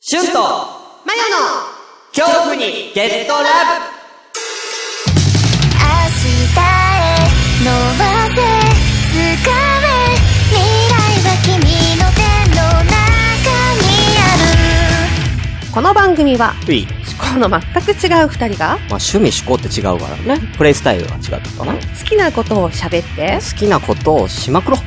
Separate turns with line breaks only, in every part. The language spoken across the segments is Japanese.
シュンと
マヨの
恐怖にゲットラブ
明日へ伸ばせ掴め未来は君の手の中にある
この番組はい
い。
この全く違う二人が
まあ、趣味嗜好って違うからね。プレイスタイルが違ったかな。好
好きなことを喋って
きなことをしまくろ。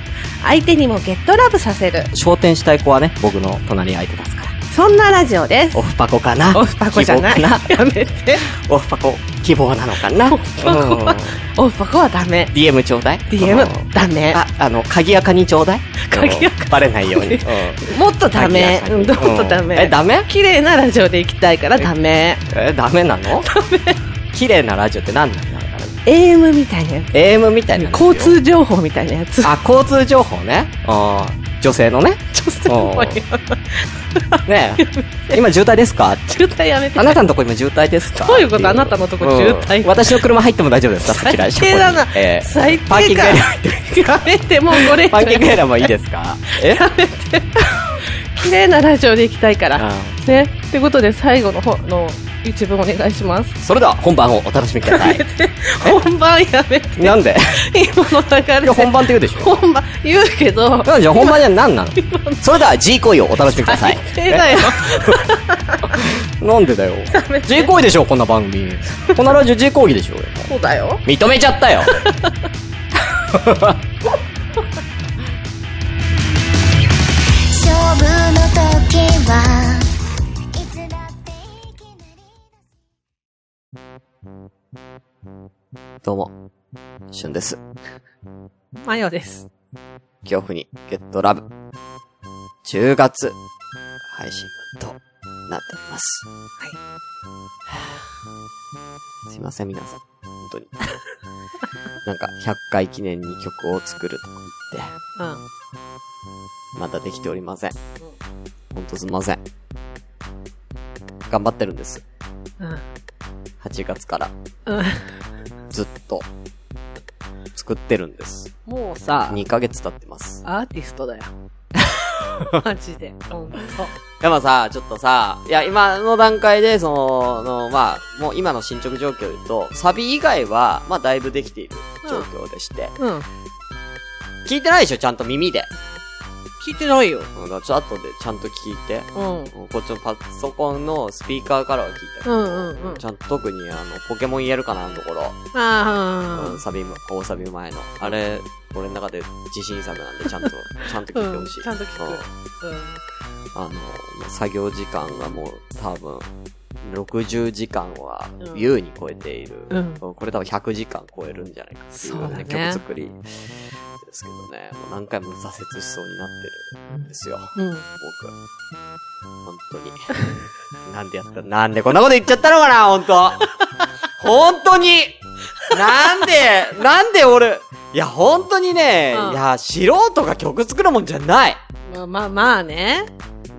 相手にもゲットラブさせる
焦点したい子はね、僕の隣に相手ですから。
そんなラジオです
オフパコかな
オフパコじゃない
希望かな
やめて
オフパコ、希望なのかなオフ
パコはオフパコはダメ
DM ちょうだい
DM ダメ
あ、あの、鍵垢にちょうだい
鍵垢
うんバレないように。うん
もっとダメ
鍵垢
う
に
んもっとダメ
うんえ、ダメ
綺麗なラジオで行きたいからダメ
え、ダメなのダメ。綺麗なラジオって何なんだろう
AM みたいなやつ
AM みたいなラジオ。
交通情報みたいなやつ
あ、交通情報ね。あー女性の ね。
女性もや
ねえ今渋滞ですか
渋滞やめて
あなたのとこ今渋滞ですか
どういうことあなたのとこ渋滞
うん私の車入っても大丈夫ですかそちら
最低だな
車庫にえー
最低か
パーキング エリア入って
やめてもうこれ以上
パーキングエリアもいいですか え
綺麗なラジオで行きたいから
う
ねってことで最後の方の一文お願いします
んそれでは本番をお楽しみくださ い。
本番やめて
なんで
今の
い
流
や
れ
本番って言うでしょ
本番言うけど
なんじゃ本番じゃ何 なのそれでは G 行為をお楽しみください。
手だよ
えなんでだ よ。G 行為でしょこんな番組。こんなラジオ G 行為でしょ
そうだよ
認めちゃったよ。
勝負の時はいつだっていきなり
どうも、しゅんです。
マヨです
恐怖にゲットラブ。10月配信となっております。
はい
はぁ すいません、皆さん。本当に。 なんか、100回記念に曲を作るとか言っ
うん
て、まだできておりません。ほんとすいません。頑張ってるんです。
うん
8月から
うん
ずっと作ってるんです。
もうさ
2ヶ月経ってます。
アーティスト だよマジで本
でもさ、ちょっとさ、いや、今の段階で、その、のまあ、もう今の進捗状況で言うと、サビ以外は、まあ、だいぶできている状況でして、
当うん
聞いてないでしょちゃんと耳で。
聞いてないよ
うん、だからちょっと後でちゃんと聞いて。
うん
うんこっちのパソコンのスピーカーからは聞いたけ
う
ど
んうんうん
ちゃんと特にあの、ポケモン言えるかなのところ、
あ
うん、サビも、大サビ前の。あれ、俺の中で自信作なんで、ちゃんと、ちゃんと
あう
聞いて
ん
ほしい。
ちゃんと聞
う
く
あの、作業時間がもう多分、60時間は
うん
優に超えている。
うん
これ多分100時間超えるんじゃないかっていうような
そうだね
曲作りですけどね。もう何回も挫折しそうになってるんですよ。
うんうん
僕。本当に。 なんでやったなんでこんなこと言っちゃったのかな本当本当になんで、なんで俺、いや本当にね、
うん
いや素人が曲作るもんじゃない
まあまあまあね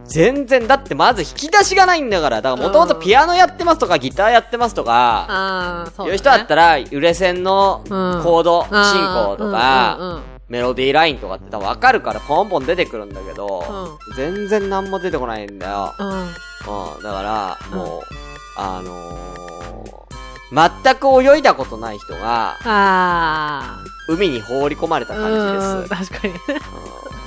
全然、だってまず引き出しがないんだから、だからもともとピアノやってますとか、ギターやってますとか、
ああそうだね
いう人だったら、揺れ線のコ
うん
ード進
あ
行
ー
と
うん
か、
うんうん
メロディーラインとかって多分わかるからポンポン出てくるんだけど、全然何も出てこないんだよ。
うん
うん、だから、
うん
もう、あのー、全く泳いだことない人が、
ああ。
海に放り込まれた感じです。
す。確かに。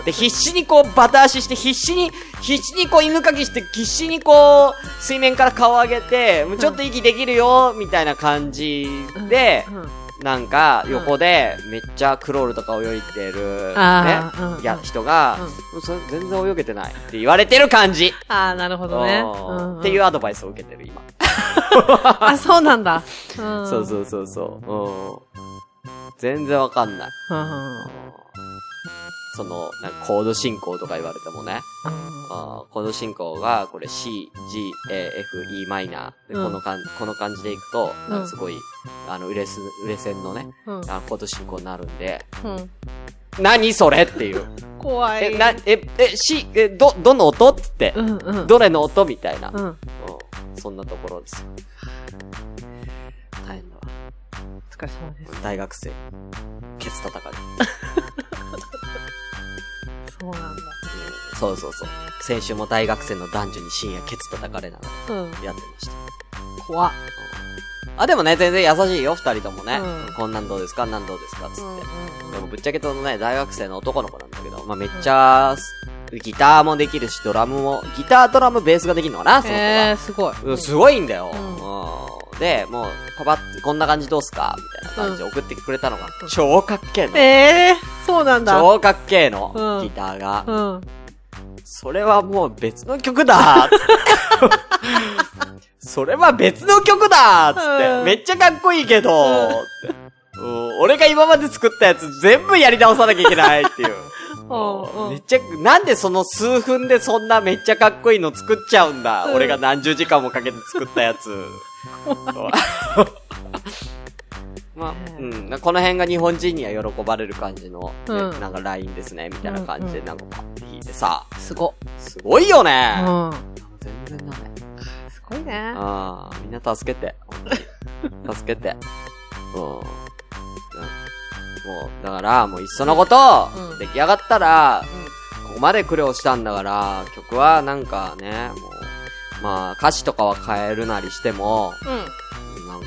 で、必死にこう、バタ足して、必死に、必死にこう、犬かきして、必死にこう、水面から顔上げて、もうちょっと息できるよ、みたいな感じで、
うんうん
なんか、横で、めっちゃクロールとか泳いでる、
あー
ね
う、ん
いや、人が、
うん
もうそれ全然泳げてないって言われてる感じ。
ああ、なるほどね。
うん
うんうん
っていうアドバイスを受けてる、今。
あ、そうな んだ。
そ
そう。
そううそうそう。うん。全然わかんない。
うんうんうん
その、なんかコード進行とか言われてもね。あーコード進行が、これ C、G、A、F、E マイナー。で
うん
このかん、この感じでいくと、
ん
なんかすごい、あの、売れす、売れ線のね、
うん
あコード進行になるんで、
うん
何それっていう。
怖い。
え、な、え、え、C、え、ど、どの音っつって
う、んうん。
どれの音みたいな。
う
うん
ん。
そんなところですよ。大変だわ。
お疲れ様で
大学生。ケツ叩かれる。
す。そうなんだ。
そうそうそうそう。先週も大学生の男女に深夜ケツ叩かれなが
うん。
らやってました。怖っ。うんあ、でもね、全然優しいよ、二人ともね。
うん
こんなんどうですかなんどうですかつって。でもぶっちゃけとね、大学生の男の子なんだけど、まあ、めっちゃ、ギターもできるし、ドラムも、ギター、ドラム、ベースができるのかなその子
へ
は。
え、すごい。
うんすごいんだよ。
うん
うんで、もう、パパッ、こんな感じどうすかみたいな感じで送ってくれたのが、
うん
超かっけえの。
ええ、そうなんだ。
超かっけえの、
うん
ギターが。
うん。
それはもう別の曲だそれは別の曲だつって、
うん
めっちゃかっこいいけど、ってうん俺が今まで作ったやつ全部やり直さなきゃいけないっていう。
うん。う
めっ
ん。
ちゃ、なんでその数分でそんなめっちゃかっこいいの作っちゃうんだ、
うん
俺が何十時間もかけて作ったや つ。まあ、うん、この辺が日本人には喜ばれる感じの、ね
うん
なんかラインですね、みたいな感じでなんかパッて弾いてさ、
すご。
すごいよ
う
ね、
ん。
全然だね。
すごいね。
ああ、みんな助 けて。本当に助けて。うん。うんもう、だから、もういっそのこと、
うん
出来上がったら、
うん
ここまで苦労したんだから、曲はなんかね、もう、まあ歌詞とかは変えるなりしても、
う
なんか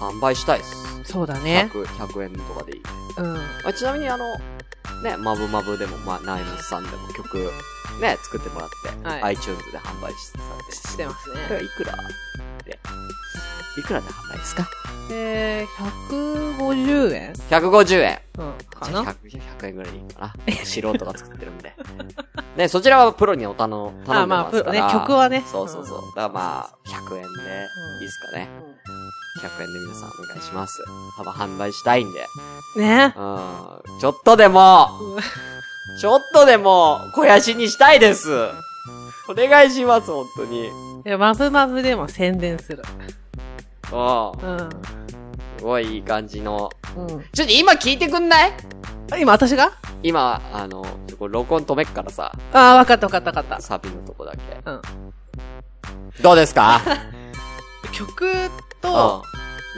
もう販売したいっす。
ん。そうだね。
100, 100円とかでいい。
うん。
あちなみにあの、ね、マブマブでも、まあ、ナイムスさんでも曲、ね、作ってもらって、
はい
iTunes で販売されて。
してます
これは
ね。
いくらで、いくらで販売ですか
えー、150円
?150 円。
うん。か
じゃあ
な
100, 100円ぐらいでいいかな。素人が作ってるんで。ね、そちらはプロにおたの頼んでますから。
あまあプロね曲はね
そうそうそう。
うん
だからまあ、100円でい
うん
いですかね。100円で皆さんお願いします。多分販売したいんで。
ね
うん。ちょっとでも、ちょっとでも、肥やしにしたいです。お願いします、本当に。
え。マブマブでも宣伝する。
う
うん。
ん。すごいいい感じの。
うん。
ちょっと今聞いてくんない
今、私が
今、あの、ちょこれ録音止めっからさ、
ああ、わかったわかったわかっ
サビのとこだけ。
た。うん。
どうです か
曲
うん。
と、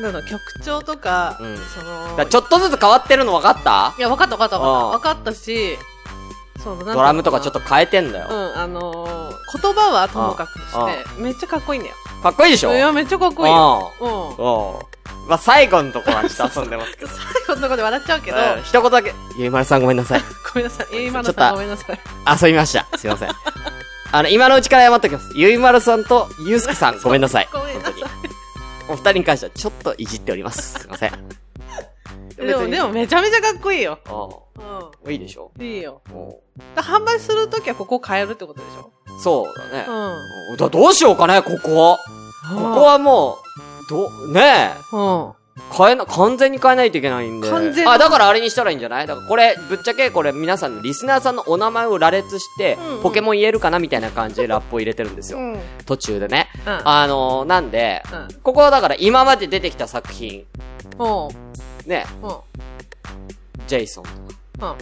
なんだ、曲調とか、
うん
そ
だ
の、
からちょっとずつ変わってるの分かった
いや、わかったわかった
うん
わかった。わかったし、その、なんていうのな
ドラムとかちょっと。変えてんだ
う
よ。
ん、あのー、言葉はともかくして、めっちゃかっこいいんだよ。
かっこいいでしょ
いや、めっちゃかっこいいよ。うん。
うん。うん。まあ、最後のとこはちょっと遊んでますけど。
最後のとこで笑っちゃうけど、
うん一言だけ。ゆいまるさんごめんなさい。
ごめんなさい。え今
ちょ
の
っと
さんごめんなさい。
遊びました。すいません。あの、今のうちから謝っておきます。ゆいまるさんとゆうすけさんごめんなさい。
ごめんなさ
本
い
当にお二人に関してはちょっといじっております。すいません。
でも、でもめちゃめちゃかっこいいよ。
うん。いいでしょ
うん。いいよ。
うん
だ販売するときはここ変えるってことでしょ
そうだね。
う
だどうしようかね、ここ。こ
ん。
こはもう、ど、ねえ、
は、
変えな、完全に変えないといけないんで。
完全
あ、だからあれにしたらいいんじゃないだからこれ、ぶっちゃけこれ皆さんのリスナーさんのお名前を羅列して、
うんうん
ポケモン言えるかなみたいな感じでラップを入れてるんです
う
よ。
ん。うん。うん。
途中でね。あのー、なんで、
うん。
ここはだから今まで出てきた作品、
うん。
ね、
うん。うん。
ジェイソンとか、
うん。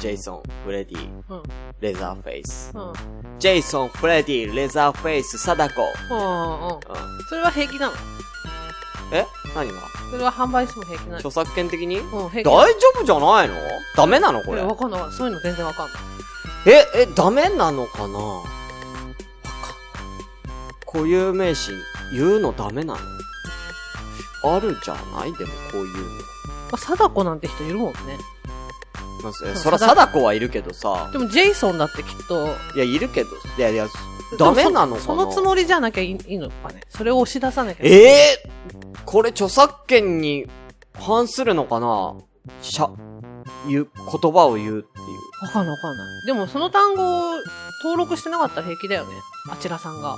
ジェイソン、フレディ、
うん。
レザーフェイス。
うん。
ジェイソン、フレディ、レザーフェイス、サダコ。
うん。
うん。
それは平気なの
え何が
それは販売しても平気なの
著作権的に
うん、平気
大
なの。
丈夫じゃないのダメなのこ
こ
れ
れ。わかんないわかんない。そういうの全然わかんない。
え、え、ダメなのかなわかんない固有名詞言うのダメなのあるじゃないでもこういう
まあ、貞子なんて人いるもんね。
の。まあ、そうそら、
貞
貞
子
子はいるけどさ。
でも、ジェイソンだってきっと、
いや、いるけど。いやいや、ダメなのかな
そそのつもりじゃなきゃいいいいのかね。それを押し出さなきゃいけない。
ええこれ著作権に反するのかなしゃ、言う、言葉を言うっていう。
わかんないわかんない。でもその単語を登録してなかったら平気だよね。あちらさんが。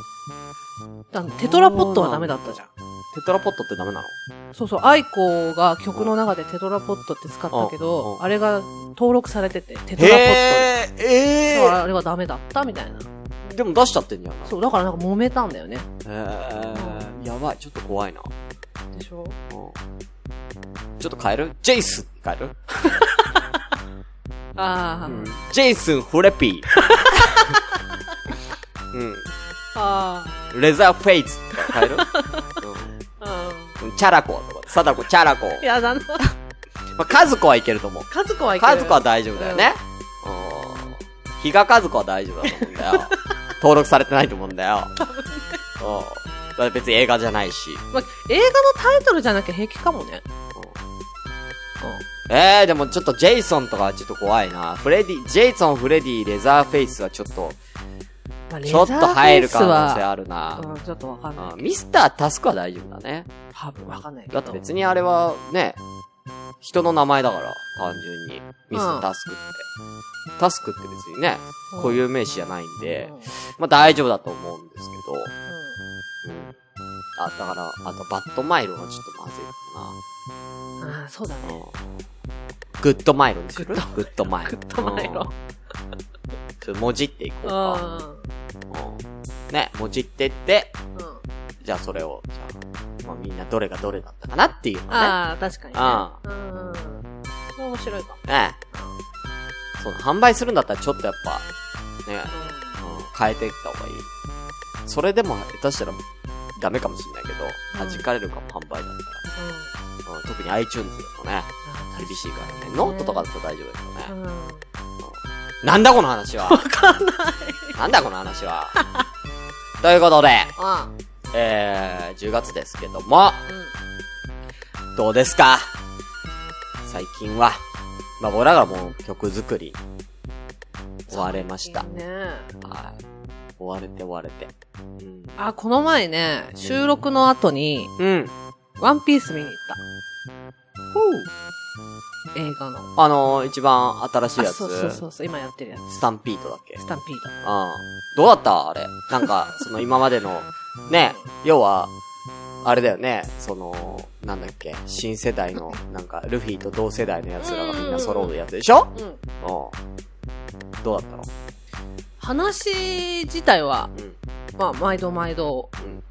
だテトラポットはダメだったじゃん。
テトラポットってダメなの
そうそう、アイコが曲の中でテトラポットって使ったけ
うんう
ど
ん、
あれが登録されてて、テトラポッ
へえ、え
ト
え
に。あれはダメだったみたいな。
でも出しちゃってんじゃん。
そう、だからなんか揉めたんだよね。
えー、やばい、ちょっと怖いな。うん
でしょ
ちょっと変えるジェイスン変える、
あ
ジェイスン・フレピ ー。
あ、あ
うん。レザーフェイズとか変える、
あ、
うん、チャラコとか、サダコ、チャラコ。
いやだな。
まあ、カズコはいけると思う。
カズコはいける。
カズコは大丈夫だよね。うん。比嘉和子は大丈夫だと思うんだよ。登録されてないと思うん だよ。うん。だから別に映画じゃないし。
まあ、映画のタイトルじゃなきゃ平気かもね。
えー、でもちょっとジェイソンとかはちょっと怖いな。フレディ、ジェイソン、フレディ、レザーフェイスはちょっと、
まあ、
ちょっと入る可能性
あ
あるな。
うん、ちょっとわかんない
うん
けど。
ミスタータスクは大丈夫だね。
多分わかんないけ
だ
ど。
って別にあれはね、人の名前だから、単純に。ミスタータスクって。タスクって別にね、固有名詞じゃないんで
うん、うん
まあ大丈夫だと思うんですけど。うん。あ、だから、あとバッドマイロがちょっとまずい
あーそう だね。
かな。うん。グッドマイロにする
グッ
グッドマイロ。
グッドマイロ
うん。ちょっともじっていこうか。
う
うんね、もじってって、
ん。うん。
じゃあそれを、じゃあ、まあみんなどれがどれだったかなっていうのね。
ああ、確かにね。
あ
うん。これ面白いかも。
ねそう、販売するんだったらちょっとやっぱ、ね、うん、変えていった方がいい。それでも下手したらダメかもしれないけど、
うん
弾かれるかも販売だった
うん。うん
ら。うん、特に iTunes だとね、厳しいからね。ノートとかだと大丈夫ですよ
う
ね。
ん。
なんだこの話はわかんない。なんだこの話は。ということで、
あ、
えー、10月ですけども、
う
どうですか最近は。まあ僕らがもう曲作り、追われました。
ん。ね
はい。追われて追われて。うん。
あ、この前ね、収録の後に、
うん。
ワンピース見に行った。映画の。
あのー、一番新しい
あ、
やつ。
そうそうそうそう、今やってるや
スタンピートだっけ
つ。スタンピード。
うん。どうだったあれ。なん か、その今までの、ね、要は、あれだよね、その、なんだっけ、新世代の、なんか、ルフィと同世代の奴らがみんな揃うやつでしょ
うん。
うん。どうだったの
話自体は、
うん。
まあ、毎度毎度
うん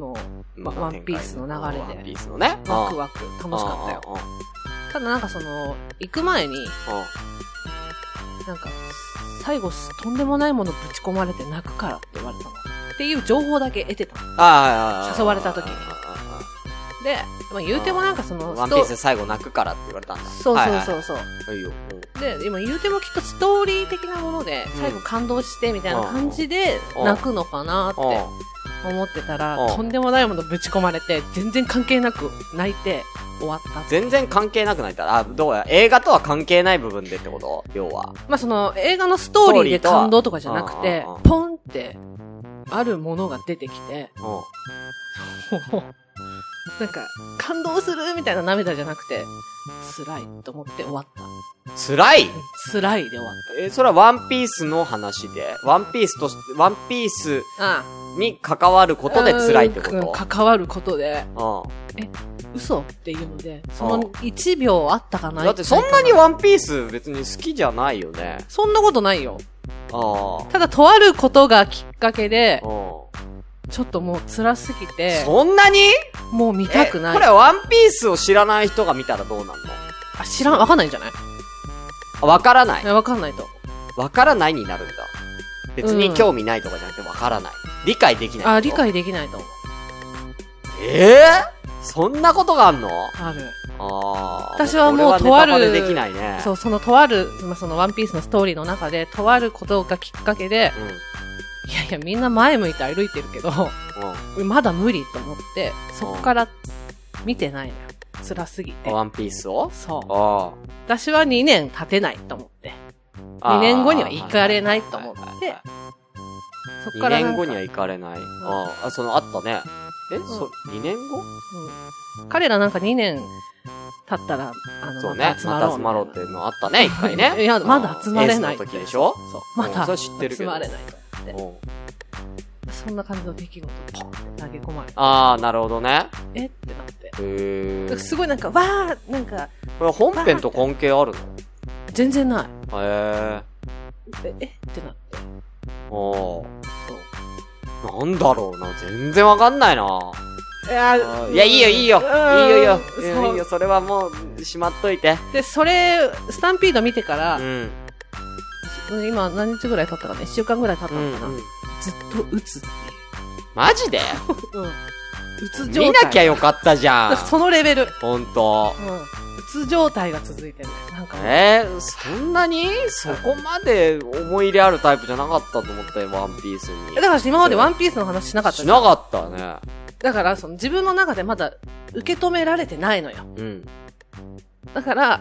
の
まあ
ワンピースの流れで
ワンピースのね。
ワク
ワ
ワク、楽しかったよ。
よ。
ただなんかその、行く前に、
うん
なんか、最後、とんでもないものぶち込まれて泣くからって言われたの。っていう情報だけ得てたの。
ああ、
誘われた時に
に。
で、まあ、言うてもなんかその、
ワンピース最後泣くからって言われたんだ。
そうそうそうそう。
う。いいよ。うん
で、今言うてもきっとストーリー的なもので、
うん
最後感動してみたいな感じで
うん
泣くのかなって
うん
思ってたら
うん、
とんでもないものぶち込まれて、全然関係なく泣いて終わった。
全然関係なくないた。あ、どうや、映画とは関係ない部分でってこと要は。
まあその映画のストーリーで感動とかじゃなく
ストーリー
て
とはうんうんうん、
ポンってあるものが出てきて、
うん。
もう なんか感動するみたいな涙じゃなくて、辛いと思って終わった。
辛い
辛いで終わっ
え、それはワンピースの話で、ワンピースとしワンピース
た。あ
に関わることで辛いってこ
うん関わることで、
と
嘘っていうので、そうの
ん
1秒あったか
う。
なんい
だってそんなにワンピース別に好きじゃないよね。
そんなことないよ。
あ
ただ、とあることがきっかけで
あ。、う
ちょっともう辛すぎ
ん。
て、
そんなに
もう見たく
え
ない。
これワンピースを知らない人が見たらどうなんの
あ知らん、わかんないんじゃない
あわからない
え。わかんないと。
わからないになるんだ。別
う
に
ん
興味ないとかじゃなくてわからない。理解できない。
あ、理。解できないと思う。
ええそんなことがあんの
ある。
ああ。
私はもう
これはネタバレ
とある
できないね。
そう、そのとある、まあそのワンピースのストーリーの中で、とあることがきっかけで、
う
いやいや、みんな前向いて歩いてるけど、
ん。
まだ無理と思って、そこから見てないのよ。辛すぎ
うん。
て。
ワンピースを
そう。
あ
私は2年経てないと思って。
あ。
二年後には行かれないと思ってそこ
2
からなん
年
か
後には行かれない。ああ、その、あったね。え、そ、2年後
うん彼らなんか2年経ったら、あの、
そうね。また集まろうっていうのあったね、一回ね。
いや、まだ集まれない。
エースの時でしょ
そう。ま
うん
だ
それ知ってるけ
集
ど
まれないと思っ
うん
て。そんな感じの出来事ポンって投げ込まれて、
ああ、なるほどね。
えってなって。
へえ。
すごいなんか、わーなんか、
これ本編と関係ある
全然ない。
のへえ。
ええってなって。
お
そう
なんだろうな。全然わかんないな。
いや
いや、いいよ、いいよ。いいよ、いいよ。いいよ、いいよ。
そ
それはもう、しまっといて。
うで、それ、スタンピード見てから
う、ん。
うん今何日ぐらい経ったかね ?1 週間ぐらい経った
う
のかな、
ん。
ずっと打つってい
マジで
う。うん。打つ状態。
見なきゃよかったじゃん。
そのレベル。
ほんと。
うん。つ状態が続いてる。なんか、
えー、そんなにそこまで思い入れあるタイプじゃなかったと思ったよ、ワンピースに
だ。から今までワンピースの話しなかった
し
じゃ
な
ん
かったね。
だから、その自分の中でまだ受け止められてないのよ。
うん。
だから、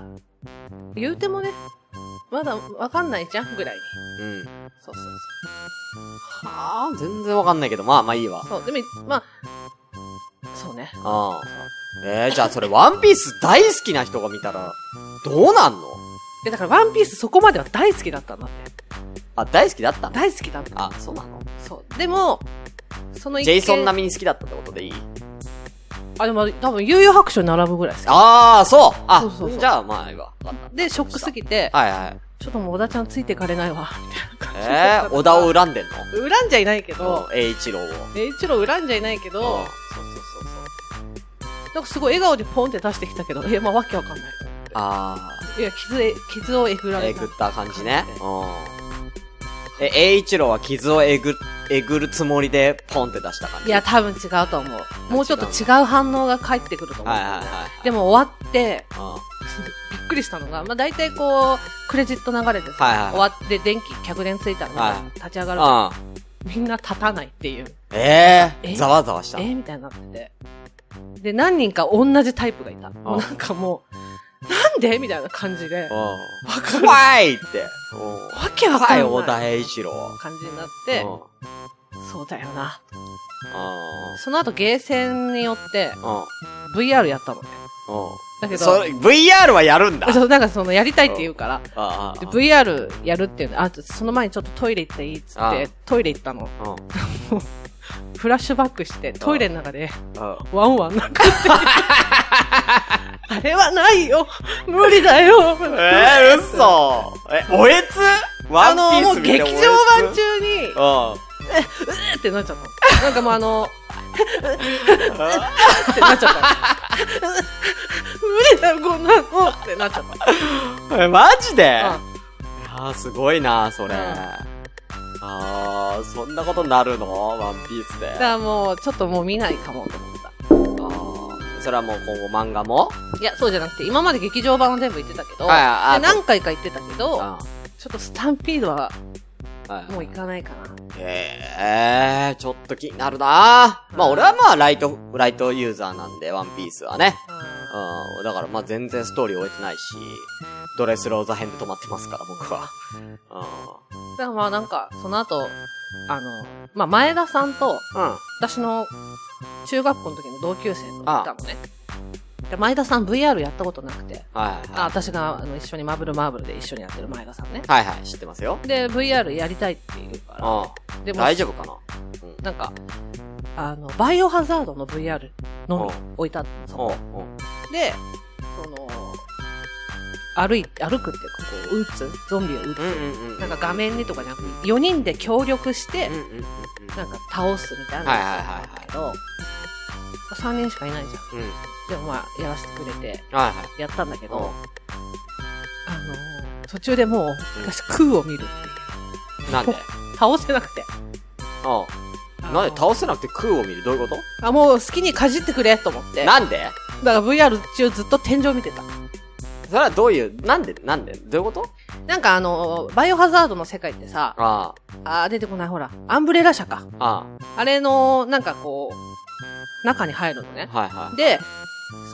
言うてもね、まだわかんないじゃんぐらいに。
うん。
そうそう
はあ、全然わかんないけど、まあまあいいわ。
そう。そう、でも、まあ、そうね。
ああ。えー、じゃあそれワンピース大好きな人が見たら、どうなんの
え、だからワンピースそこまでは大好きだったんだって。
あ、大好きだったの
大好きだった。
あ、そうなの
そう。でも、その一
ジェイソン並
み。
みに好きだったってことでいい
あ、でも多分、悠々白書に並ぶぐらいです
ああ、そうあ
そうそうそう
じゃあまあいいわ。わかっ
で、ショックすぎて、
たはいはい。
ちょっともう小田ちゃんついていかれないわ、みたいな感じだ
え
った
ー、
から
小田を恨んでん
恨んじゃいないけ
の
ど、
栄一郎を。
え、一郎恨んじゃいないけど、
うん
なんかすごい笑顔でポンって出してきたけど、え、まあわけわかんない。
あ
いや、傷え、傷をえぐら
あ、
れ
え
た。
ぐった感じね。うん。え、栄一郎は傷をえぐ、えぐるつもりでポンって出した感じ。
いや、多分違うと思う。もうちょっと違う反応が返ってくると思う。
はいはいはい。
でも終わって、
うん、は
びっくりしたのが、まあ大体こう、クレジット流れてさ、
はいはい
終わって電気、客電ついたら、
は
立ち上が
い
るじゃん、
はい。うん。
みんな立たないっていう。
ええ
え
ざわざわした
え。ーみたいになってて。で、何人か同じタイプがいた。もうなんかもう、なんでみたいな感じで、わ
う
か
ん。
る。
怖いって。うん。
けわか
怖、
んないい。
小田栄一郎。
感じになっ
うん。
て、
うん。
そうだよな。その後、ゲーセンによって、
うん。
VR やったのね。
う
だけ
ん。
ど、
それ、VR はやるんだ。
そうなんかその、やりたいって言うから、
あ
で VR やるっていうの、あ、その前にちょっとトイレ行っていいっつっ
ああ
て、トイレ行ったの。
うん。
フラッシュバックして、トイレの中で、
うん。
ワンワンなんかって。 あれはないよ無理だよ
えー、嘘え、おえつワ
あ
ンピ
の、
ー
も
ス
う
見て
劇
お
場
えつ
版中に、うえってなっちゃったの。なんかもう あの、ってなっちゃったの。無理だよ、こんなのってなっちゃっ
うん。え、マジで
た。
あ
うん
ー、すごいな、それ。
うん
あー、そんなことなるのワンピースで。
だか
あ
らもう、ちょっともう見ないかもと思った。
ーそれはもう今後漫画も
いや、そうじゃなくて、今まで劇場版は全部行ってたけど、
はいあ
で何回か行ってたけ
う
ど、
ん。
ちょ
は
っとスタンピードはいもう行かないかな。
へえ、ちょっと気になるなまあ俺はまあライト、ライトユーザーなんで、ワンピースはね。うん。だからまあ全然ストーリー終えてないし、ドレスローザ編で止まってますから、僕は。う
だからまあなんか、その後、あの、まあ前田さんと、
ん。うん。
私の中学校の時の同級生と行ったのね。で前田さん VR やったことなくて、
はい
あ
は
私があの一緒にマブルマーブルで一緒にやってる前田さんね。
い。はいはい、知ってますよ。
で、VR やりたいって言うか
う
ら、で
ん。
も、
大丈夫かな
なんか、あの、バイオハザードの VR のみ置いてあったの。
うん。うん。
で、その、歩い、歩くっていうか、こう、撃つ、ゾンビを撃
うん
つ。
うんうん。
なんか画面にとかじゃなくて、4人で協力して
うん、うんうんうん。
なんか倒すみたいな
はい
の
はい
があったんだけど、3人しかいないじゃん。
うん。
でもまあ、やらせてくれて、
はいはい。
やったんだけ
うん
ど、あのー、途中でもう、私、空を見るっていう。
なんで
倒せなくて。
うん。なんで
せ
倒せなくて空を見るどういうこ
あ、もう好きにかじってくれと思っ
と
て。だか
なんで
ら VR 中ずっと天井見てた。
それはどういう、なんでなんでどういうこと
なんかあのー、バイオハザードの世界ってさ、
あ
あー、出てこないほら、アンブレラ社か。
あ、あ
あれの、なんかこう、中に入るのね
あ、。はいはい。
で、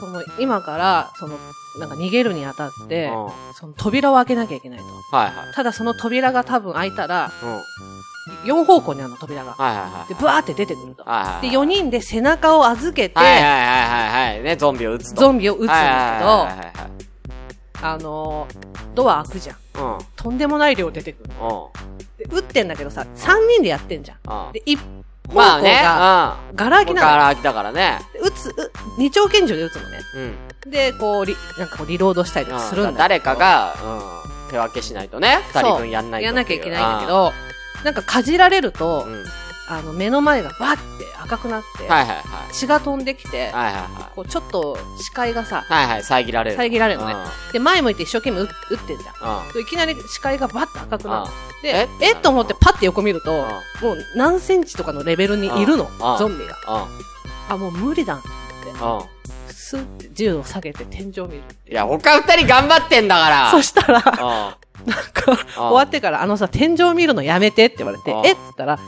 その、今から、その、なんか逃げるにあたって
うん、はい
その扉を開けなきゃいけないと。
はい。
ただその扉が多分開いたら、
うん。はい
4方向にあるの扉が。
はいはい。
で、ブワーって出てくると。
はいはい
で、4人で背中を預けて、
はいはいはいはいはい。ね、ゾンビを撃つと。
ゾ
ンビ
ンビを撃つん
はい
だ
はいはいはい
けど、あのー、ドア開くじゃん。
はい。
とんでもない量出てくる。
うん。うん。
で、撃ってんだけどさ、3人でやってんじゃん。
うん。
で、一方向
まあね、
が、
う
ガラ空き
ん。だ
な
か
の。
ら秋だからね。
で撃つ、う二丁拳銃で撃つのね。
うん。
で、こう、リなんかこうリロードしたりとかするんだ
う
け
ん
ど
誰かが、うん、手分けしないとね、二人分やんないとってう。
やんなきゃいけないんだけど、なんかかじられると、
うん。うん。
あの、目の前がバッて赤くなって、
はいはいは
血が飛んできて、
い。はいはいは
こう、ちょっと視界がさ
い。、はいはい、遮られる。
遮られるの
う
ね
ん。
で、前向いて一生懸命打打ってんじゃん。
うん。
いきなり視界がバッと赤くなって、
うん
え
え
えと思ってパッて横見ると、
うん
もう何センチとかのレベルにいるの
うん、
ゾンビが。
うん。
あ、もう無理だ。
うん。
普スッて銃を下げて天井見るって
いや、他二人頑張ってんだから。
そしたら、なん
うん。
か、終わってから、あのさ、天井見るのやめてって言われて
あ、あ
えっつったら、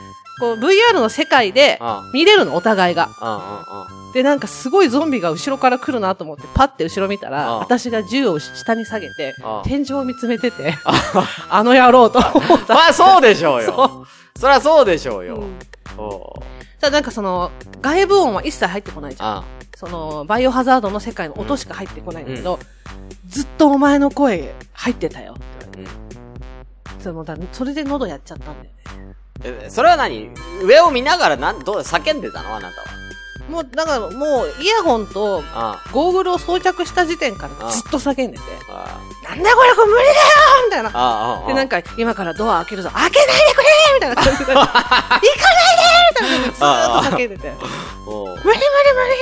こう、VR の世界で
ああ、
見れるの、お互いが。
うんうんうん。
で、なんかすごいゾンビが後ろから来るなと思って、パッて後ろ見たら、
ああ
私が銃を下に下げて、
ああ
天井を見つめてて、あの野郎と思った。
まあ、そうでしょうよ。
そ
そりゃそうでしょう
う。
よ。
うん
おう
ただなんかその、外部音は一切入ってこないじゃん。
あ
その、バイオハザードの世界の音しか入ってこないんだけど、ずっとお前の声入ってたよ。
うん
そのだそれで喉やっちゃったんだよね。
えそれは何上を見ながらなん、どう、叫んでたのあなたは。
もう、だからもう、イヤホンと、
あ
ゴーグルを装着した時点か
あ
ら
あ
ずっと叫んでて、
あ。あ
なんだよこれこれ無理だよみたいな。
あ。ああ。
で、なん
か、
か、今からドア開けるぞ、開けないでくれ みたいな感じで、行かないでみたいな感じで、ずーっと叫んでて、
おう
無理無理無理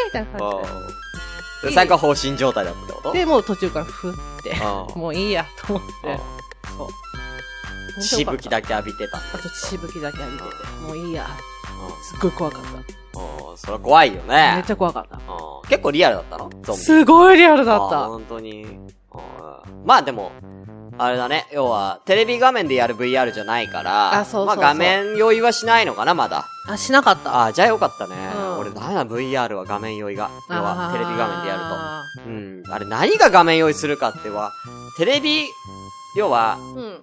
みたいな
お
感
う
じ
で最後は放心状態だったってこと
で。で、もう途中からふって、
ああ
もういいや、と思っ
お
て
う、
そう。
しぶき
だ。
だけ浴びてたんだ
あ
け
と
ど。
しぶきだけ浴びてて、もういいや。すっごい怖かっ
うんうんそれは怖いよ
た。め
ね
っち。ゃ怖かっ
うん結構リアルだったのゾ
た。
ンビ。
すごいリアルだっ
あー
た。
本当に。うんまあでも、あれだね。要は、テレビ画面でやる VR じゃないから、
あそうそうそう
まあ画面用意はしないのかな、まだ。
あ、しなかった。
ああ、じゃあよかったね。
うん
俺ダメだ、VR は画面用意が。要は、テレビ画面でやると。
あ
うん。あれ、何が画面用意するかっては、テレビ、要は、
ーうん。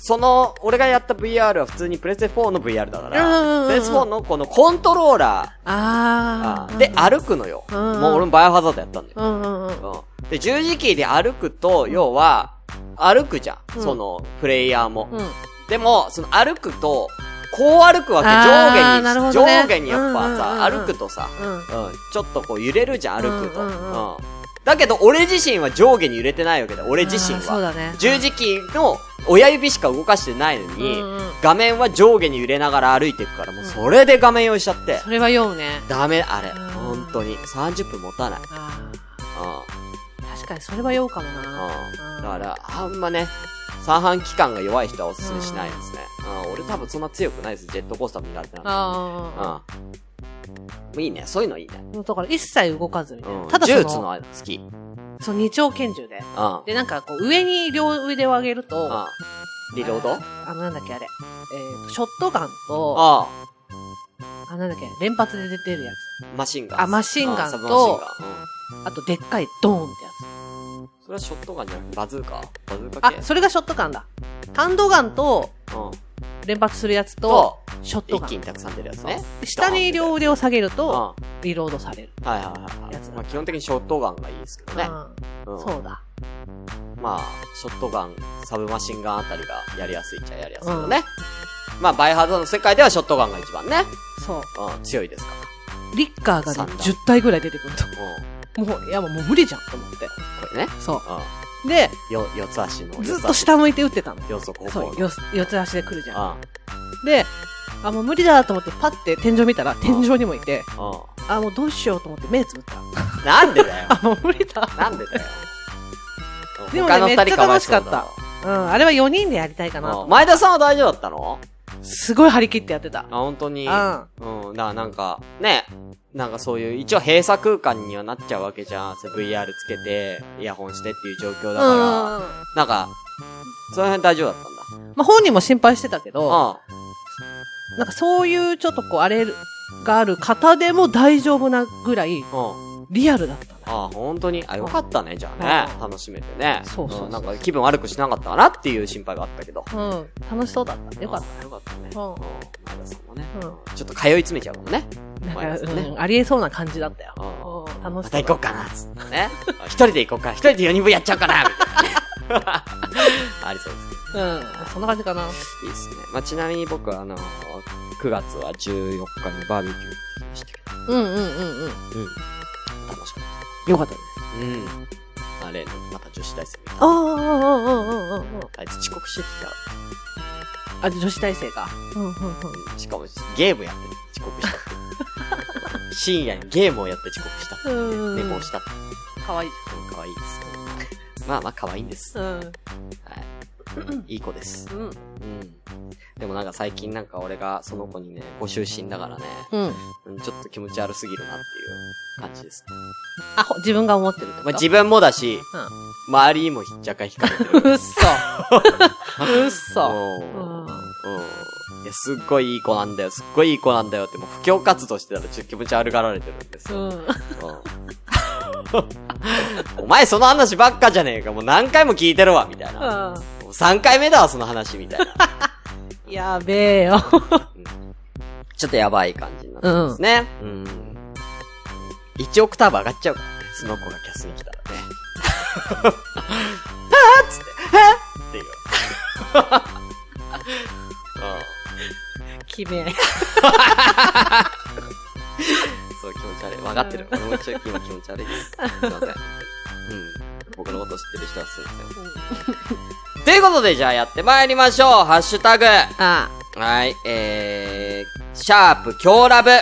その、俺がやった VR は普通にプレステ4の VR だか
うんうんうん
ら、
うん
プレステ4のこのコントローラー
あ
あ
あ。
ーで歩くのよ。
うんうん
もう俺もバイオハザードやったんだよ。
うんうんうん。
うん。で、十字キーで歩くと、要は、歩くじゃん。
うん
その、プレイヤーも。
うん。
でも、その歩くと、こう歩くわけ、上下
あー
に、
なるほどね
上下にやっぱさ、
うんうんうんうん
歩くとさ、
うん。
うん、ちょっとこう揺れるじゃん、歩くと。う
うんんうんうん
だけど、俺自身は上下に揺れてないわけだ。俺自身
あーそう
は。
だね。
十字キーの親指しか動かしてないのに、
うんうん
画面は上下に揺れながら歩いていくから、もうそれで画面用意しちゃって。
それは酔うね。
ダメ、あれ。
うん
本当に。30分持たない。
あ
うん
ー確かにそれは酔うかもな。
う
うんん
だから、あんまね、三半規管が弱い人はおすすめしないですね。うん、俺多分そんな強くないです。ジェットコースターも苦手なんで。
あ
うん。いいね、そういうのいいね。
あ。だから一切動かずみたい
うん。
な。ただ
ジュー
そ
ツの
の、
好き。うん。
そう、二丁拳銃で。
うん。
で、なんかこう、上に両腕を上げると、
リロード
あの、なんだっけあれ。えーと、ショットガンと、
あ
あ、なんだっけ、連発で出てるやつ。
あ、マシンガン。
あマシンガンと
うんサブマシンガン。うん。
あと、でっかいドーンってや
それはショットガンじゃなくて、バズーカバズーカ系
つ。あ、それがショットガンだ。ハンドガンと、
うん。
連発するやつと、
と、
ショット
一
ガ
気
ン
に。たくさん出るやつね。
下に両腕を下げる
うん。
と、
は
リロードされる。
いはいはい
や
は
つ
い。まあ基本的にショットガンがいいですけどね。う
うんん。。そうだ。
まあ、ショットガン、サブマシンガンあたりがやりやすいっちゃやりやすいよね。まあ、バイオハザードの世界ではショットガンが一番ね、
そう。
うん、強いですか
リッカーが
三
ね、
段
10体ぐらい出てくる
ら。うん。
と。もう、いや、もう無理じゃんと思って。
これね。
そ
うん
う。で、。
よ、四つ足の。
ずっと下
の。
向いて打ってたの。
四足歩
そ
行
う、
の。
よ四つ足で来るじゃん。
あ
で、あ、もう無理だと思って、パッて天井見たら、天井にもいて、
あ、
あ、もうどうしようと思って目つぶった。
うん。なんでだよ。
あ、もう無理だ。
なんでだよ。
でもね
他の二人かわいそうだ
めっちゃ楽うん、あれは4人でやりたいかな
う
と
ん。前田さんは大丈夫だったの
すごい張り切ってやってた
あ、。本当に。
うん
うん。だからなんか、ね。なんかそういう、一応閉鎖空間にはなっちゃうわけじゃん。VR つけて、イヤホンしてっていう状況だ
うん。
から。
ま
なんか、その辺大丈夫だったんだ。
あ、本人も心配してたけど、
う
なんかそういうちょっとこう、あれがある方でも大丈夫なぐら
ん。う
い、
ん。
リアルだったね。
ああ、本当に。あ、よかったね、じゃあね
う。ん
楽しめてね。
そうそうそうん
なんか気分悪くしなかったかなっていう心配があったけど。。
うん、楽しそうだった。よかった
よかったね。
うん
前田さんもね。
うん
ちょっと通い詰めちゃうもんね。
た。なん
前
か、
ですね
うん、ありえそうな感じだったよ。
うん
うん、楽
ま
しそ
た
う
行こうかな、つってね。 あ一人で行こうか。一人で四人分やっちゃおうか な、 みたいな。ありそうですね。
うん、そんな感じかな。
いいですね。まあ、ちなみに僕はあの、9月は14日にバーベキュー行きましたけ
うんうんうんうん。
ど。うん。楽しかっ
よかったです。
た。うん。まあ、例の、また女子大生みたいな。
ああ、うんうんうんうんうん。
あいつ遅刻してきた。
あ、女子大生か。うんうんうん。
しかも、ゲームやって遅刻したって。深夜にゲームをやって遅刻したって。
うん
寝坊したって。
かわいい。
うん可愛いです。まあまあ可愛いんです。
うん。
はい。いい子です。
うん。
うん。でもなんか最近なんか俺がその子にね、ご就寝だからね、
うん。
うんちょっと気持ち悪すぎるなっていう感じです。
あ、ほ自分が思ってるって
ま
こ
あ、
と
自分もだし、
う
周りにも若干惹かれてる。
ん。うっそ。うっそ。
うん。
うん
うん。いや、すっごいいい子なんだよ、すっごいいい子なんだよって、もう布教活動してたらちょっと気持ち悪がられてるんです
う
よ。
ん。
うんお前その話ばっかじゃねえか、もう何回も聞いてるわ、みたいな。
う
もう3回目だわ、その話、みたいな。
ん。やべえよ。
ちょっとやばい感じになってますね。うん。1オクターブ上がっちゃうからね、その子がキャスに来たらね。 はぁっつって、はぁっていう。う
きめえ。
んそう、気持ち悪い。分かってる。俺も一応今気持ち悪いです。すいません。うん。僕のこと知ってる人はすいません。ということで、じゃあやってまいりましょう。ハッシュタグ。
あ
はい、えー、シャープ強ラブ。
は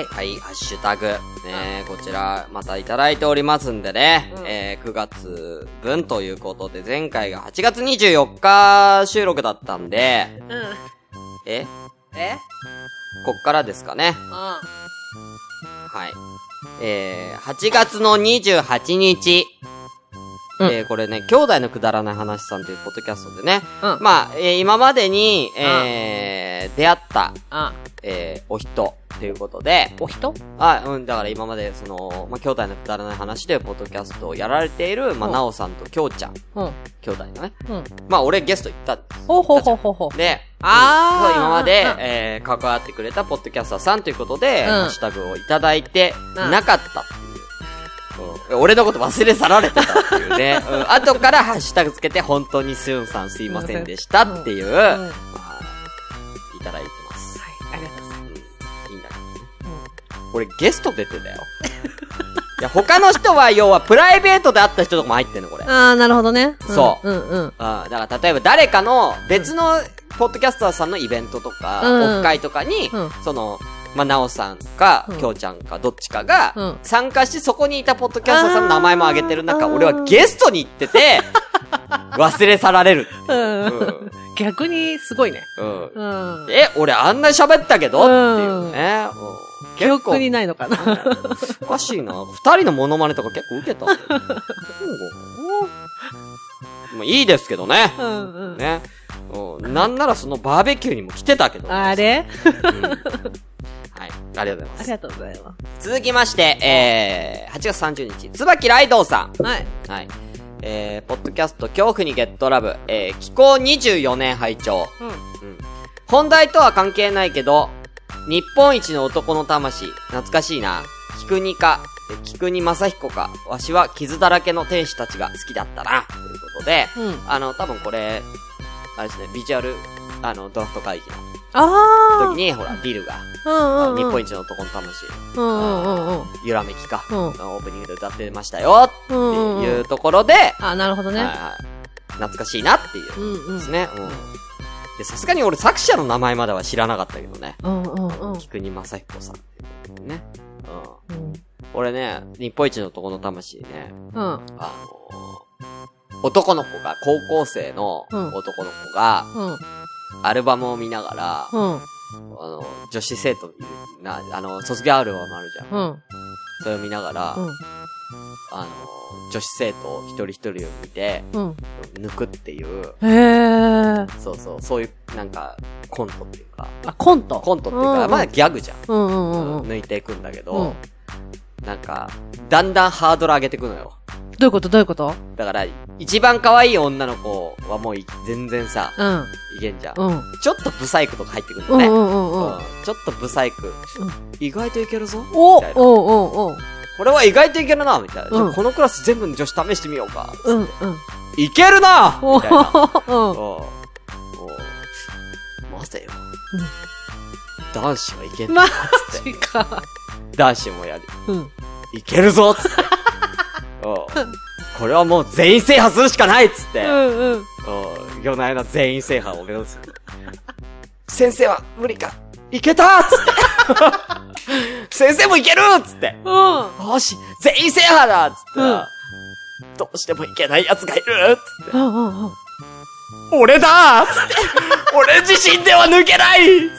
い。
はい、ハッシュタグ。ねこちら、またいただいておりますんでね。
うん
えー、9月分ということで、前回が8月24日収録だったんで、
うん。
え
え
こっからですかね。
うん。
はい。えー、8月の28日。
うん
えー、これね、兄弟のくだらない話さんというポッドキャストでね。
うん。
まあ、えー今までに、えー、出会った、
あ、
えー、お人、ということで、
お人
あ、うん、だから今まで、その、まあ、兄弟のくだらない話で、ポッドキャストをやられている、まあ、
うん
なおさんときょうちゃん、
うん。
兄弟のね。
うん。
まあ、俺ゲスト行ったんです。
ほうほうほうほうほう。
で、
あー
うんそう今まで
うん、
えー、関わってくれたポッドキャスターさんということで、
うん
ハッシュタグをいただいて、
うん
なかったっていう。うん俺のこと忘れ去られてたっていう ね。うん。後からハッシュタグつけて、本当にすんさんすいませんでしたっていう、
うん。は
ま
い。
あ、いただいてます。
ありがとうござい
い
ま
いんだけどね。俺ゲスト出てたよ。いや、他の人は要はプライベートで会った人とかも入ってんの、これ。
す。ああ、なるほどね。ん
そう
うんうん。
あだから例えば誰かの別のポッドキャスターさんのイベントとか、
うん
オフ会とかに、
うん
その、まあ、なおさんか
う、ん
きょうちゃんか、どっちかが
うん、
参加してそこにいたポッドキャスターさんの名前も挙げてる中、
あー
俺はゲストに行って て、忘れ去られるっていうう。
逆にすごいね。
うん。うん
うん。
え、俺あんな喋ったけどっていうね。うん
記憶にないのかな。
おかしいな。二人のモノマネとか結構受けた。うん まあいいですけどね。
うんうん。
ね。うんなんならそのバーベキューにも来てたけど。
あれ
うんはい。ありがとうございま
あり
す。
がとうございま
続きまして、えー、8月30日、椿ライドウさ
す。はい。
ん。はい。えー、ポッドキャスト恐怖にゲットラブ、えー、気候24年拝聴。
うん。
うん。本題とは関係ないけど、日本一の男の魂、懐かしいな。菊にか、え菊に正彦か、わしは傷だらけの天使たちが好きだったな。ということで、
うん。
あの、多分これ、あれですね、ビジュアル、あの、ドラフト会議の
あ
時に、ほら、ディルが、
あ。うんうん。
日本一の男の魂、
うんうんうん
ゆらめきか、
うん
オープニングで歌ってましたよ、って
うん。うんうん
い
うん
う。ところで、
あ、なるほど
はい
ね。
はい懐かしいなっていう
う、んうん。
ですね。うんでさすがに俺作者の名前までは知らなかったけどね。
うんうんうん。
菊に正彦さんっていうことでね。うん。
うん。
俺ね、日本一の男の魂ね、
うん。
あのー男の子が、高校生の
うん
男の子が、
うん。
アルバムを見ながら、
うん。
あの、女子生徒いるな、あの、卒業アルバムあるじゃん。
うん。
それを見ながら、
うん。
あの、女子生徒を一人一人を見て、
うん。
抜くっていう、
へえ。
そうそう、そういう、なんか、コントっていうか、
あ、コント。
コントっていうか、
うんうん
まあギャグじゃん。
うんうんうんうん。
抜いていくんだけど、なんか、だんだんハードル上げていくのよ。
どういうことどういうこと
だから、一番可愛い女の子はもうい全然さ、
う
い
ん。
けんじゃん。
うん。
ちょっとブサイクとか入ってくるん
うん
だね。
うんうんうん。
うんちょっとブサイク。意外といけるぞ。み
おお
たいな
おおお
これは意外といけるな、みたいな。じゃあ
うん
このクラス全部の女子試してみようか。
うんうん。
いけるな
お
みたいな。
お
うん
うん。
もう、待てよ。男子はいけん、
マジか。
男子もやる。
うん。
いけるぞ つって。うんこれはもう全員制覇するしかないっつって。
う
うん
んうん。
夜な夜な全員制覇を目指す。先生は無理か。いけたつ って。先生もいけるつって。
うん。
よし、全員制覇だつったら、どうしてもいけない奴がいるつって。
うんうんうん。
俺だつって、俺自身では抜けないつって、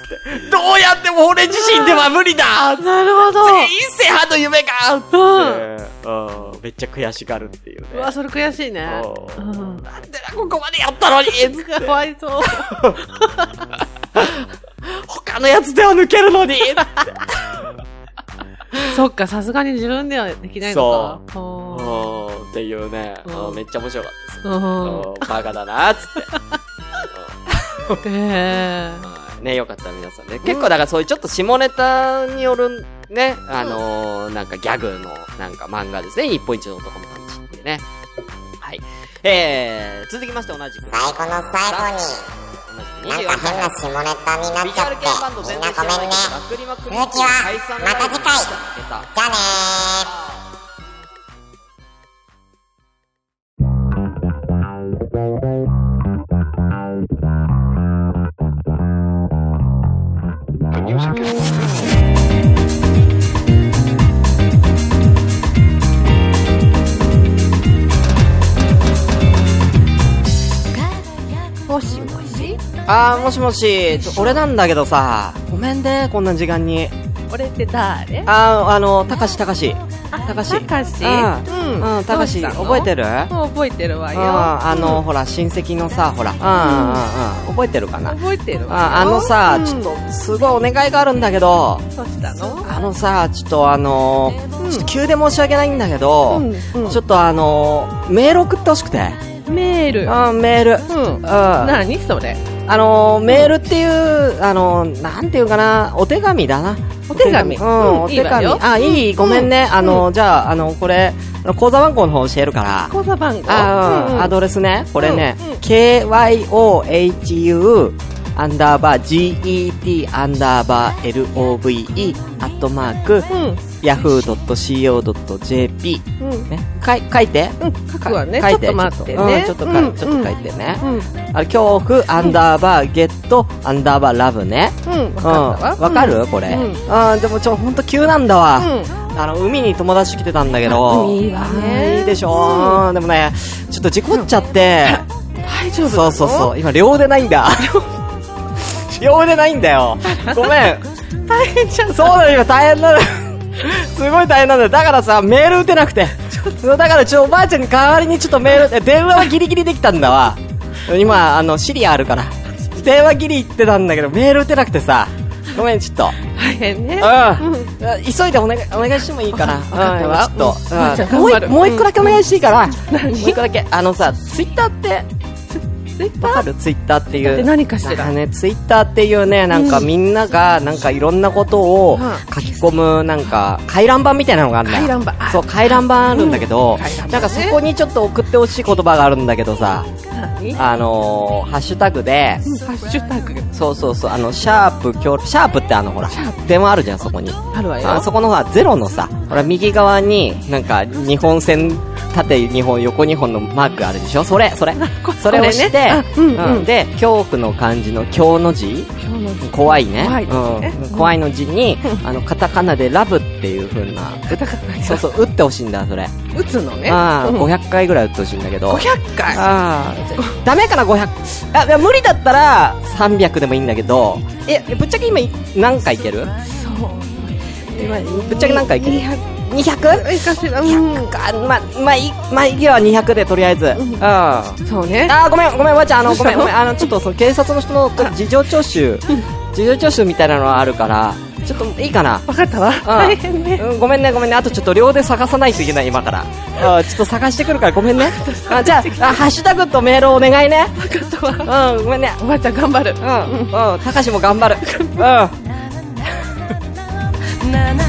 どうやっても俺自身では無理だ
なるほど。
全員制覇の夢かつ
う
っ
ん。
て、うんめっちゃ悔しがるっていうね。
うわ、それ悔しいね。
う
うんん。
なんでだここまでやったのにつって
かわいそう。
他のやつでは抜けるのに
そっか、さすがに自分ではできないのか。そう
うんっていうね、
うん
うんめっちゃ面白かったです。
うん。
うんバカだなっつって。
ええ
はいね、よかったら皆さんね。結構だからそういうちょっと下ネタによるね、あのー、なんかギャグのなんか漫画ですね。一本一の男も楽しんでね。はい。えー、続きまして同じく。
最後の最後に、
同
なん
じく
か
24
変な下ネタになっ
ビ
ち
ジュ
ゃ
ア
って
ル系バンド、
み
全
ん
然
な
知ら
ごめ
ない
んね。
けど、まくりまくり
続きは
解散
また
出
次回
た
じゃあねー。
もしもし
あー、もしもし、ちょ俺なんだけどさ、ごめんね、こんな時間に。
俺って誰
あー、あの、たかし、たかし。
た
かし
たかし
うん、うん、たかし、覚えて
る
るうん、
もう覚えてるわよ。
あの、ほら、親戚のさ、ほら、うん、うん、うん、覚えてるかな
覚えてるわよ。
ああのさ、
うん
ちょっと、すごいお願いがあるんだけど、
どうしたの
あのさ、ちょっとあの
うん
ちょっと急で申し訳ないんだけど、
うん
ちょっとあのメール送ってほしくて。
メール。
あメール。
う
う
ん。
ん。あ
何それ
のメールっていう、あのなんていうかな、お手紙だな。
お手紙
う
うん
ん、お手
いいわ
紙。
よ
あ、いいごめんね。あのじゃあ、あのこれ、あの口座番号の方教えるから。
口座番号
あ、
う
うんん、アドレスね。これね、
うんうん
kyohu アンダーバー get アンダーバー love アットマーク
うん。
yahoo.co.jp
うん。
ね。かい書いて。
うん。書くわね。
か
ち
書い
ょってと待って
う
ね。
んちょっとか
うん
ちょっと書いてね。
うん。うん。
あれ、恐怖、アンダーバー、ゲット、アンダーバー、ラブね。
うん。わ
うん。
かったわ。
わかるこれ。
うん
あーでもちょ、ほんと急なんだわ。
うん。
あの、海に友達来てたんだけど。
海は
あ
ね
ーいいでしょ、うでもね、ちょっと事故っちゃって。
大丈夫
そうそうそう。今、両腕ないん だ。両腕ないんだよ。ごめん。
う。大変じゃん。
そうなの、今大変なの。すごい大変なんだよ。だからさ、メール打てなくて。だから、ちょ、おばあちゃんに代わりにちょっとメール、電話はギリギリできたんだわ。今、あの、シリアあるから。電話ギリ行ってたんだけど、メール打てなくてさ。ごめん、ちょっと。
大変ね。
うん。急いでお願い、お願いしてもいいか な。
わかったわ
うん
うん
ちょっと。
うん
もう
頑張
一
る
もう一個だけお願いしていいか な。もう
何
一個だけ。あのさ、ツイッターって、
ツイッタ
わ
ー
かるツイッターってい
だっ
う。
て何かしら
なんね、ツイッターっていうね、なんかみんなが、なんかいろんなことを
うん
書き込む、なんか、回覧板みたいなのがあるんだよ。
回覧板あ
そう、回覧板あるんだけど、
回覧板ね
なんかそこにちょっと送ってほしい言葉があるんだけどさ、
何ハ
あのー、ハッシュタグで、
ッシュタグ
そうそうそう、あの、シャープ、きょシャープってあの、ほら、電話あるじゃん、そこに。
あるわよ。
あそこのさ、ゼロのさ、ほら、右側に、なんか、日本線、縦2本、横2本のマークあるでしょそれ、それ。それをして、
これねあうんうん
うんで、恐怖の漢字の恐の字
今日の時
怖いね。
怖いですね
うん、怖いの字に、あの、カタカナでラブっていう風な、
カタカナ
そうそう、打ってほしいんだ、それ。
打つのね。
ああ、
うん
500回ぐらい打ってほしいんだけど。
500
あ
回。
あ、ダメかな、500。あ、いや無理だったら、300でもいいんだけど、え、ぶっちゃけ今、何回いける
そう。
今ぶっちゃけ何回いける 200?
いいかしら。うん
100。か、ま、まあ、いい、まあ、いいよ、200で、とりあえず。うん。あ
そうね。
ー、ごめん、ごめん、おばあちゃん、あの、
ど
ご
う
め
し
ん、
たの
ごめん、あの、 ちょっと、その、警察の人の事情聴取、事情聴取みたいなのはあるから、ちょっと、いいかな。
わかったわ。大変ね。
うん、ごめんね、ごめんね。あとちょっと両で探さないといけない、今から。あーちょっと探してくるから、ごめんね。あじゃああ、ハッシュタグとメールをお願いね。
わかったわ。
うん、ごめんね。
おばあちゃん頑張る。
うん、うん、たかしも頑張る。うん。
なな